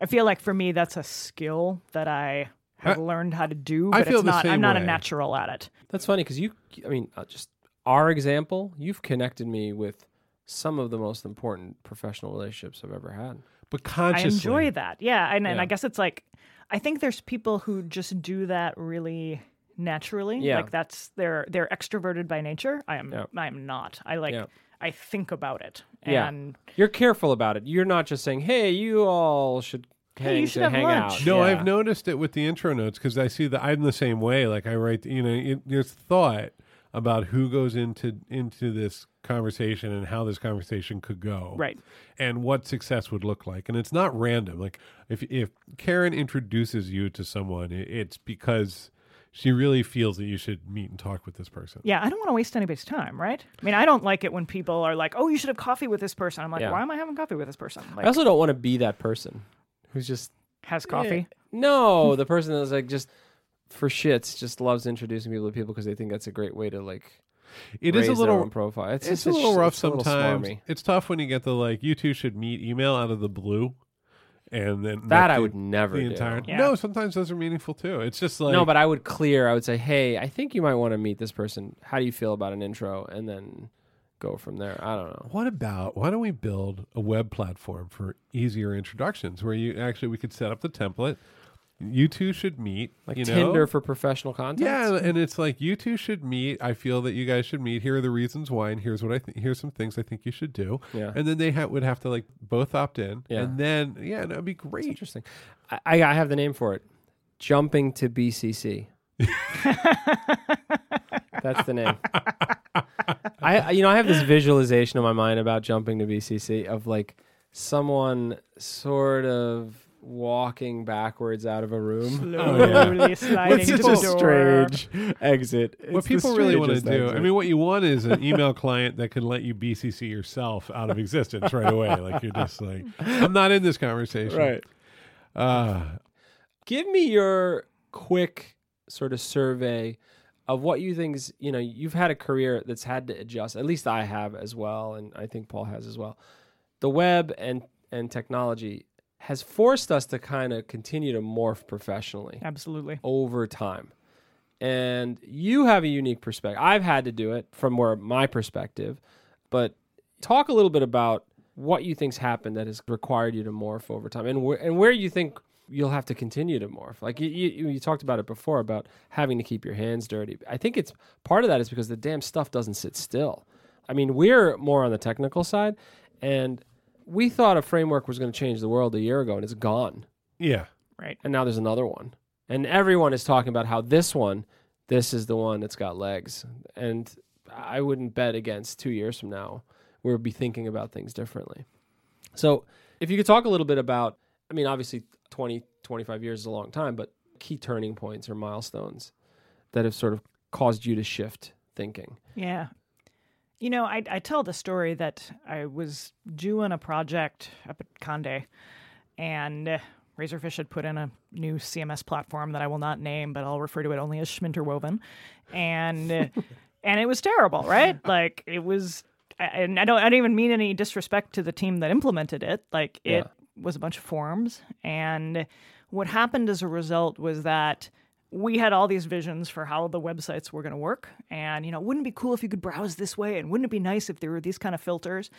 S4: I feel like for me that's a skill that I have
S1: I-
S4: learned how to do,
S1: I
S4: but
S1: feel
S4: it's
S1: the
S4: not
S1: same
S4: I'm not
S1: way.
S4: a natural at it.
S2: That's funny because you, I mean, uh, just our example, you've connected me with some of the most important professional relationships I've ever had.
S1: But
S4: I
S1: consciously
S4: enjoy that. Yeah, and, and
S2: Yeah.
S4: I guess it's like I think there's people who just do that really naturally.
S2: Yeah.
S4: Like that's they're they're extroverted by nature. I am
S2: Yeah.
S4: I am not. I like
S2: Yeah.
S4: I think about it.
S2: Yeah.
S4: And
S2: You're careful about it. You're not just saying, "Hey, you all should hang,
S4: you should
S2: to
S4: have
S2: hang
S4: lunch."
S2: out."
S1: No,
S2: Yeah.
S1: I've noticed it with the intro notes because I see that I'm the same way. Like I write, you know, it, there's thought about who goes into into this conversation and how this conversation could go,
S4: Right.
S1: And what success would look like. And it's not random. Like if if Karen introduces you to someone, it, it's because she really feels that you should meet and talk with this person.
S4: yeah, I don't want to waste anybody's time, right? I mean, I don't like it when people are like, "Oh, you should have coffee with this person." I'm like,
S2: Yeah. Oh,
S4: "Why am I having coffee with this person?"
S2: I
S4: Like,
S2: also don't want to be that person who's just
S4: has coffee.
S2: No, the person that's like just for shits just loves introducing people to people because they think that's a great way to like
S1: It
S2: raise
S1: is a
S2: their
S1: little
S2: own profile. It's,
S1: it's
S2: just-
S1: a little rough
S2: it's a little
S1: sometimes.
S2: smarmy.
S1: it's tough when you get the like you two should meet email out of the blue, and then
S2: That
S1: that's
S2: I
S1: the-
S2: would never
S1: the
S2: do.
S1: entire.
S4: Yeah.
S1: No, sometimes those are meaningful too. It's just like
S2: no, but I would clear. I would say, "Hey, I think you might want to meet this person. How do you feel about an intro?" And then go from there. I don't know.
S1: what about why don't we build a web platform for easier introductions where you actually we could set up the template. You two should meet,
S2: Like
S1: you know?
S2: Tinder for professional content.
S1: Yeah, and it's like you two should meet. I feel that you guys should meet. Here are the reasons why, and here's what I think. Here's some things I think you should do.
S2: Yeah.
S1: and then they ha- would have to like both opt in.
S2: Yeah.
S1: and then yeah, that would be great.
S2: Interesting. I, I I have the name for it. Jumping to BCC. That's the name. I I- you know I have this visualization in my mind about jumping to BCC of like someone sort of walking backwards out of a room.
S4: Oh, Slowly sliding to
S2: Oh, It's
S4: the
S2: such a
S4: door.
S2: strange exit.
S1: what people really want to do. I mean, what you want is an email client that can let you BCC yourself out of existence right away. Like you're just like, I'm not in this conversation.
S2: right.
S1: Uh,
S2: give me your quick sort of survey of what you think is you know you've had a career that's had to adjust at least i have as well and i think paul has as well the web and and technology has forced us to kind of continue to morph professionally
S4: Absolutely.
S2: over time. And you have a unique perspective. I've had to do it from where my perspective, but talk a little bit about what you think's happened that has required you to morph over time, and where and where you think you'll have to continue to morph. Like you, you, you talked about it before about having to keep your hands dirty. I think it's part of that is because the damn stuff doesn't sit still. I mean, we're more on the technical side, and we thought a framework was going to change the world a year ago, and it's gone
S1: yeah.
S4: Right.
S2: and now there's another one and everyone is talking about how this one this is the one that's got legs and i wouldn't bet against two years from now we'll be thinking about things differently so if you could talk a little bit about i mean obviously 20 25 years is a long time but key turning points or milestones that have sort of caused you to shift thinking
S4: Yeah. You know, I, I tell the story that I was doing a project up at Conde, and uh, Razorfish had put in a new CMS platform that I will not name, but I'll refer to it only as Schminterwoven, and uh, and it was terrible, right? Like it was, I- and I don't I don't even mean any disrespect to the team that implemented it. Like it was a bunch of forms, and what happened as a result was that we had all these visions for how the websites were going to work and you know wouldn't it be cool if you could browse this way and wouldn't it be nice if there were these kind of filters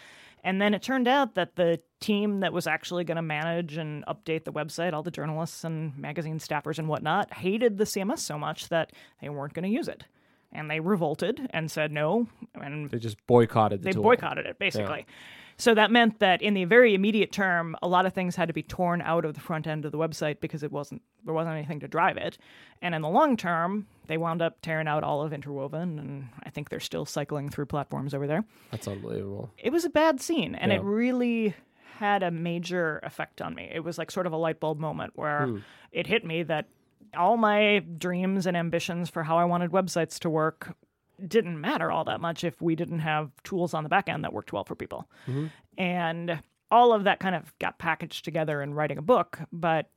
S4: and then it turned out that the team that was actually going to manage and update the website all the journalists and magazine staffers and whatnot hated the cms so much that they weren't going to use it and they revolted and said no and
S2: They just boycotted the
S4: they
S2: tool.
S4: boycotted it basically so that meant that in the very immediate term a lot of things had to be torn out of the front end of the website because it wasn't there wasn't anything to drive it and in the long term they wound up tearing out all of interwoven and i think they're still cycling through platforms over there
S2: That's unbelievable.
S4: it was a bad scene and
S2: Yeah.
S4: it really had a major effect on me it was like sort of a light bulb moment where it hit me that all my dreams and ambitions for how i wanted websites to work didn't matter all that much if we didn't have tools on the back end that worked well for people and all of that kind of got packaged together in writing a book but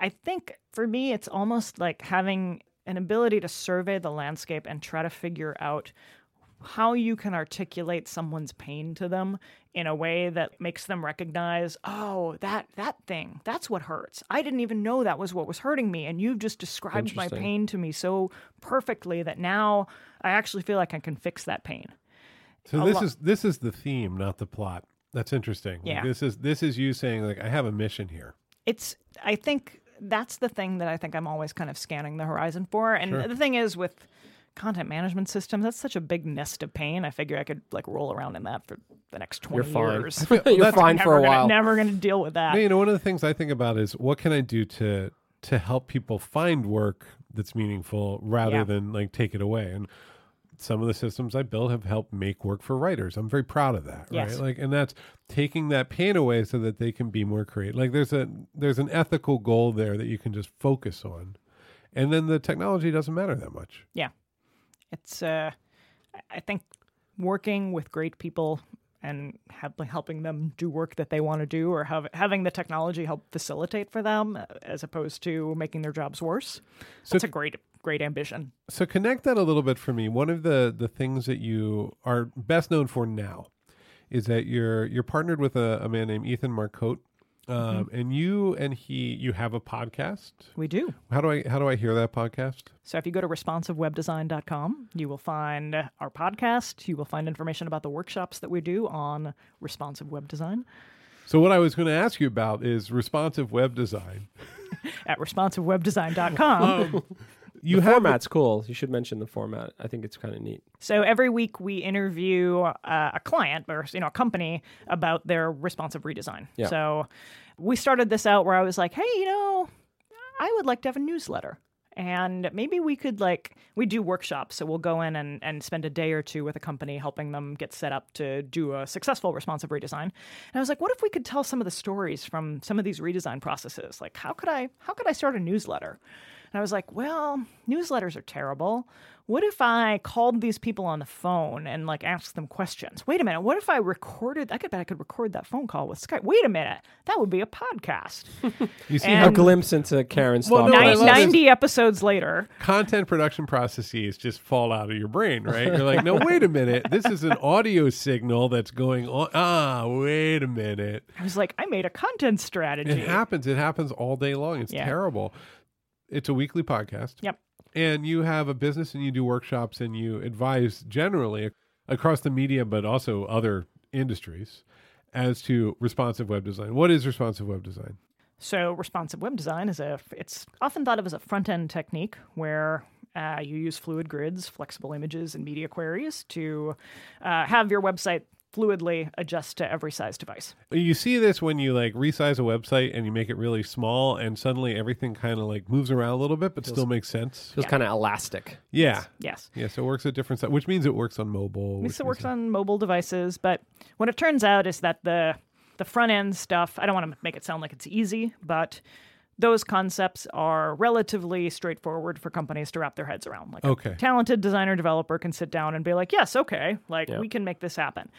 S4: i think for me it's almost like having an ability to survey the landscape and try to figure out how you can articulate someone's pain to them in a way that makes them recognize, oh, that that thing, that's what hurts. I didn't even know that was what was hurting me, and you've just described my
S2: Interesting.
S4: pain to me so perfectly that now I actually feel like I can fix that pain.
S1: So
S4: a
S1: this
S4: lot-
S1: is this is the theme, not the plot. That's interesting. Like,
S4: Yeah.
S1: this is this is you saying like I have a mission here.
S4: it's i think that's the thing that i think i'm always kind of scanning the horizon for and the thing is with content management systems that's such a big nest of pain i figure i could like roll around in that for the next 20
S2: fine.
S4: years
S2: You're
S1: That's-
S2: fine for
S4: Never
S2: a
S4: gonna-
S2: while.
S4: never gonna deal with that
S1: Now, you know, one of the things I think about is what can I do to to help people find work that's meaningful rather
S4: Yeah.
S1: than like take it away. And some of the systems I built have helped make work for writers. I'm very proud of that.
S4: Yes.
S1: Right. Like and that's taking that pain away so that they can be more creative. Like there's a there's an ethical goal there that you can just focus on. And then the technology doesn't matter that much.
S4: yeah it's uh I- i think working with great people and have, helping them do work that they want to do or have, having the technology help facilitate for them uh, as opposed to making their jobs worse
S1: So
S4: that's a great great ambition
S1: So connect that a little bit for me. One of the the things that you are best known for now is that you're you're partnered with a, a man named Ethan Marcotte, um, and you and he you have a podcast.
S4: we do
S1: How do I how do I hear that podcast?
S4: So if you go to responsivewebdesign.com, you will find our podcast. You will find information about the workshops that we do on responsive web design
S1: So what I was going to ask you about is responsive web design.
S4: at responsivewebdesign.com.
S1: You
S2: the
S1: have
S2: format's cool. You should mention the format. I think it's kind of neat.
S4: so every week we interview uh, a client or you know a company about their responsive redesign.
S2: Yeah.
S4: So we started this out where I was like, "Hey, you know, I would like to have a newsletter." And maybe we could like we do workshops, so we'll go in and, and spend a day or two with a company helping them get set up to do a successful responsive redesign. And I was like, what if we could tell some of the stories from some of these redesign processes? Like how could I how could I start a newsletter? And I was like, well, newsletters are terrible. What if I called these people on the phone and like asked them questions? Wait a minute, what if I recorded I could bet I could record that phone call with Skype. Wait a minute, that would be a podcast.
S1: you see
S2: A
S4: And-
S1: how
S2: glimpse into Karen's
S1: Well,
S2: thought
S1: no, Oh, I
S4: Nine-
S1: love
S2: process.
S1: this.
S4: 90 episodes later.
S1: content production processes just fall out of your brain, right? You're like, no, wait a minute, this is an audio signal that's going on. Ah, wait a minute.
S4: I was like, I made a content strategy.
S1: It happens. It happens all day long. It's
S4: Yeah.
S1: terrible. It's a weekly podcast.
S4: Yep.
S1: And you have a business and you do workshops and you advise generally across the media, but also other industries as to responsive web design. What is responsive web design?
S4: So responsive web design is a it's often thought of as a front end technique where uh, you use fluid grids, flexible images, and media queries to uh, have your website fluidly adjust to every size device.
S1: You see this when you like resize a website and you make it really small and suddenly everything kind of like moves around a little bit, but still makes sense.
S2: Feels kind of elastic.
S1: Yeah.
S4: Yes.
S1: Yeah. So it works at different, si- which means it works on mobile.
S4: This
S1: which
S4: works
S1: means-
S4: on mobile devices, but what it turns out is that the the front end stuff, I don't want to make it sound like it's easy, but those concepts are relatively straightforward for companies to wrap their heads around. Like a
S1: Okay.
S4: talented designer developer can sit down and be like, "Yes, okay, like we can make this happen."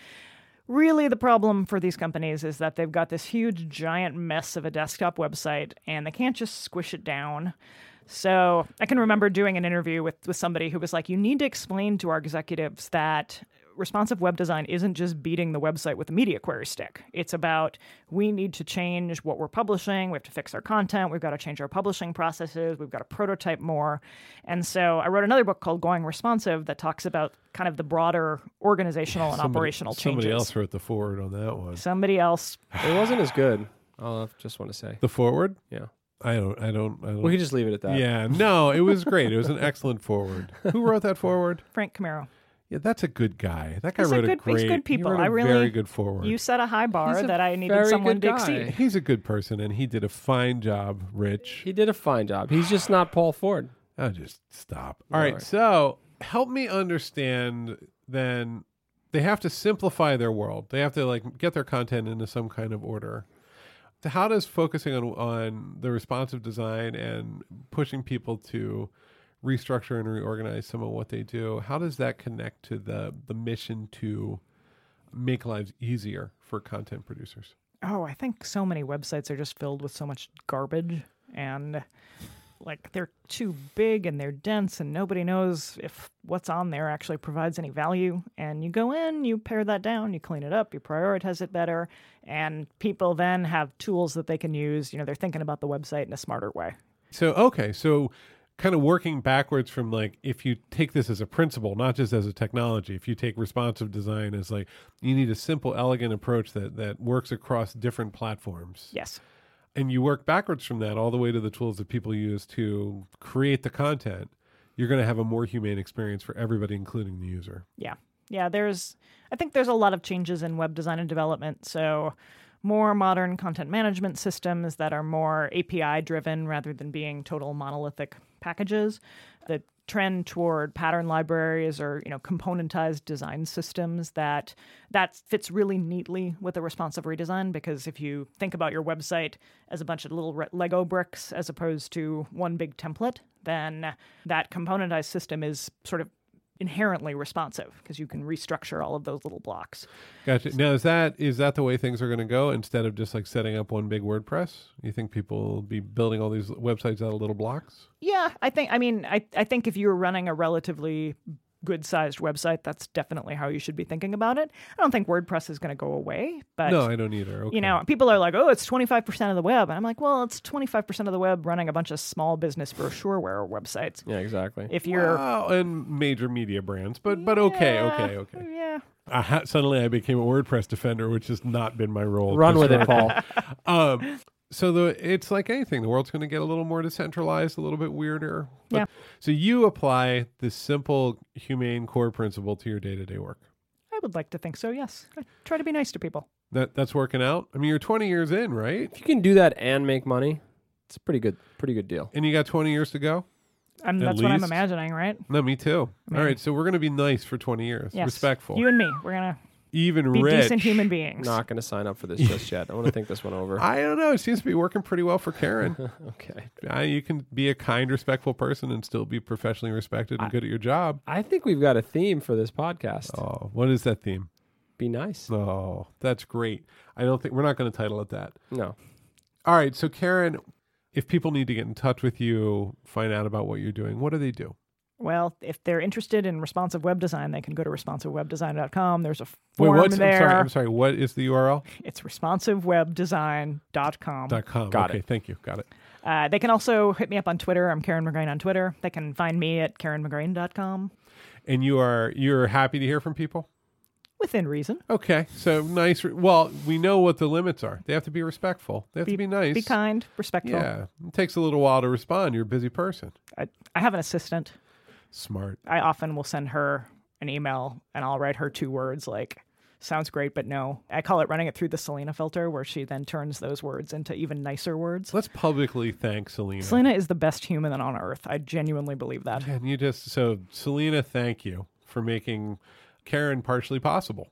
S4: Really, the problem for these companies is that they've got this huge, giant mess of a desktop website and they can't just squish it down. So I can remember doing an interview with, with somebody who was like, You need to explain to our executives that responsive web design isn't just beating the website with a media query stick. It's about we need to change what we're publishing. We have to fix our content. We've got to change our publishing processes. We've got to prototype more. And so I wrote another book called Going Responsive that talks about kind of the broader organizational and
S1: Somebody-
S4: operational changes.
S1: Somebody else wrote the forward on that one.
S4: Somebody else.
S2: It wasn't as good. I'll have- just want to say.
S1: The forward?
S2: Yeah.
S1: I don't. I don't. I don't.
S2: We could just leave it at that.
S1: yeah. No, it was great. It was an excellent forward. Who wrote that forward?
S4: Frank Camaro.
S1: Yeah, that's a good guy. That guy
S4: He's a
S1: wrote a
S4: good- he's
S1: great.
S4: good
S1: he
S4: people.
S1: wrote a
S4: I really-
S1: very good forward.
S4: You set a high bar
S2: He's a
S4: that I needed
S2: very
S4: someone
S2: good
S4: to
S2: guy.
S4: exceed.
S1: He's a good person, and he did a fine job. Rich,
S2: He did a fine job. He's just not Paul Ford.
S1: I'll just stop. All right,
S2: Lord.
S1: So help me understand. Then they have to simplify their world. They have to like get their content into some kind of order. So How does focusing on on the responsive design and pushing people to restructure and reorganize some of what they do? How does that connect to the the mission to make lives easier for content producers?
S4: oh, I think so many websites are just filled with so much garbage and like they're too big and they're dense and nobody knows if what's on there actually provides any value and you go in you pare that down you clean it up you prioritize it better and people then have tools that they can use you know they're thinking about the website in a smarter way
S1: So okay, so kind of working backwards from like if you take this as a principle, not just as a technology. If you take responsive design as like you need a simple, elegant approach that that works across different platforms,
S4: yes
S1: and you work backwards from that all the way to the tools that people use to create the content, you're going to have a more humane experience for everybody, including the user.
S4: Yeah. Yeah, there's I think there's a lot of changes in web design and development. So more modern content management systems that are more API driven rather than being total monolithic packages. The trend toward pattern libraries or, you know, componentized design systems that that fits really neatly with a responsive redesign because if you think about your website as a bunch of little re- Lego bricks as opposed to one big template, then that componentized system is sort of inherently responsive because you can restructure all of those little blocks.
S1: Gotcha. Now is that is that the way things are going to go instead of just like setting up one big WordPress? You think people will be building all these websites out of little blocks?
S4: Yeah, I think I mean I I think if you're running a relatively good sized website, that's definitely how you should be thinking about it. I don't think WordPress is going to go away, but
S1: No, I don't either. Okay.
S4: you know, people are like, "Oh, it's 25% of the web." And I'm like, "Well, it's 25% of the web running a bunch of small business brochureware websites."
S2: Yeah, exactly.
S4: If you're
S1: Wow, and major media brands, but but okay, okay,
S4: Yeah,
S1: okay.
S4: Yeah.
S1: I ha- suddenly I became a WordPress defender, which has not been my role.
S2: Run with it,
S1: Just-
S2: Paul.
S1: Um, so the it's like anything, the world's going to get a little more decentralized, a little bit weirder.
S4: Yeah.
S1: So you apply this simple, humane core principle to your day to day work.
S4: I would like to think so. Yes. I try to be nice to people.
S1: That that's working out. I mean, you're 20 years in, right?
S2: if you can do that and make money, it's a pretty good, pretty good deal.
S1: And you got 20 years to go.
S4: I'm,
S1: At
S4: that's what I'm
S1: least.
S4: imagining, right?
S1: No, me too.
S4: Man.
S1: All right, so we're going to be nice for 20 years,
S4: Yes.
S1: respectful,
S4: You and me, we're going to
S1: even
S4: be
S1: rich.
S4: decent human beings.
S2: Not going to sign up for this just yet. I want to think this one over.
S1: I don't know. It seems to be working pretty well for Karen.
S2: Okay.
S1: Uh, you can be a kind, respectful person and still be professionally respected and good at your job.
S2: I think we've got a theme for this podcast.
S1: Oh, what is that theme?
S2: Be nice.
S1: Oh, that's great. I don't think we're not going to title it that.
S2: No.
S1: All right. So, Karen, if people need to get in touch with you, find out about what you're doing, what do they do?
S4: Well, if they're interested in responsive web design, they can go to responsivewebdesign.com. There's a form
S1: what's
S4: there.
S1: I'm sorry. I'm sorry. What is the URL?
S4: It's responsivewebdesign.com.
S1: Dot com.
S2: Got
S1: okay.
S2: it.
S1: Thank you. Got it.
S4: Uh, they can also hit me up on Twitter. I'm Karen McGrain on Twitter. They can find me at karenmcgrain.com
S1: And you are you're happy to hear from people.
S4: within reason.
S1: Okay. So nice. re- Well, we know what the limits are. They have to be respectful. They have to be nice.
S4: Be kind, respectful.
S1: Yeah. It takes a little while to respond. You're a busy person.
S4: I, I have an assistant.
S1: Smart.
S4: I often will send her an email and I'll write her two words like, sounds great, but no. I call it running it through the Selena filter, where she then turns those words into even nicer words.
S1: Let's publicly thank Selena.
S4: Selena is the best human on earth. I genuinely believe that.
S1: And you just so Selena, thank you for making Karen partially possible.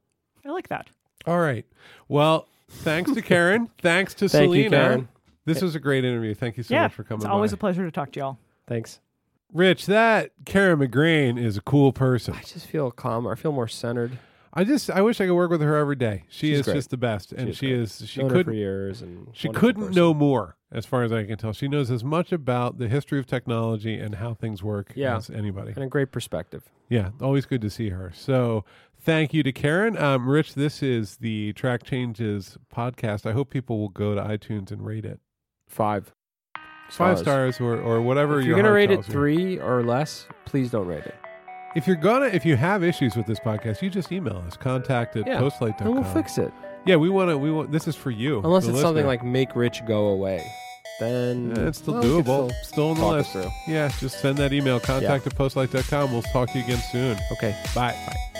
S4: I like that.
S1: All right. Well, thanks to Karen. thanks to
S2: Thank
S1: Selena.
S2: you, Karen.
S1: This was a great interview. Thank you so
S4: yeah,
S1: much for coming.
S4: it's always
S1: by.
S4: a pleasure to talk to y'all.
S2: Thanks.
S1: Rich, that Karen McGrain is a cool person.
S2: I just feel calmer. I feel more centered.
S1: I just I wish I could work with her every day. She
S2: She's
S1: is
S2: great.
S1: just the best, and
S2: She's
S1: she
S2: great.
S1: is she
S2: Known her
S1: couldn't
S2: for years and
S1: She
S2: wonderful
S1: couldn't
S2: person.
S1: know more, as far as I can tell. She knows as much about the history of technology and how things work
S2: Yeah.
S1: as anybody.
S2: And a great perspective.
S1: Yeah, always good to see her. So Thank you to Karen. Um, Rich, this is the Track Changes podcast. I hope people will go to iTunes and rate it.
S2: Five.
S1: Five stars or, or whatever
S2: If you're
S1: going
S2: gonna
S1: to
S2: rate it three or less, please don't rate it.
S1: If you're going to, if you have issues with this podcast, you just email us, contact at
S2: Yeah,
S1: postlight.com.
S2: And we'll fix it.
S1: Yeah, we want to, we want, this is for you.
S2: Unless
S1: the
S2: it's something
S1: listener.
S2: like make Rich go away. Then
S1: Yeah, it's still
S2: well, we could
S1: doable.
S2: still
S1: Still on the
S2: talk it
S1: list.
S2: through.
S1: Yeah, just send that email, contact at postlight.com. We'll talk to you again soon.
S2: Okay.
S1: Bye. Bye.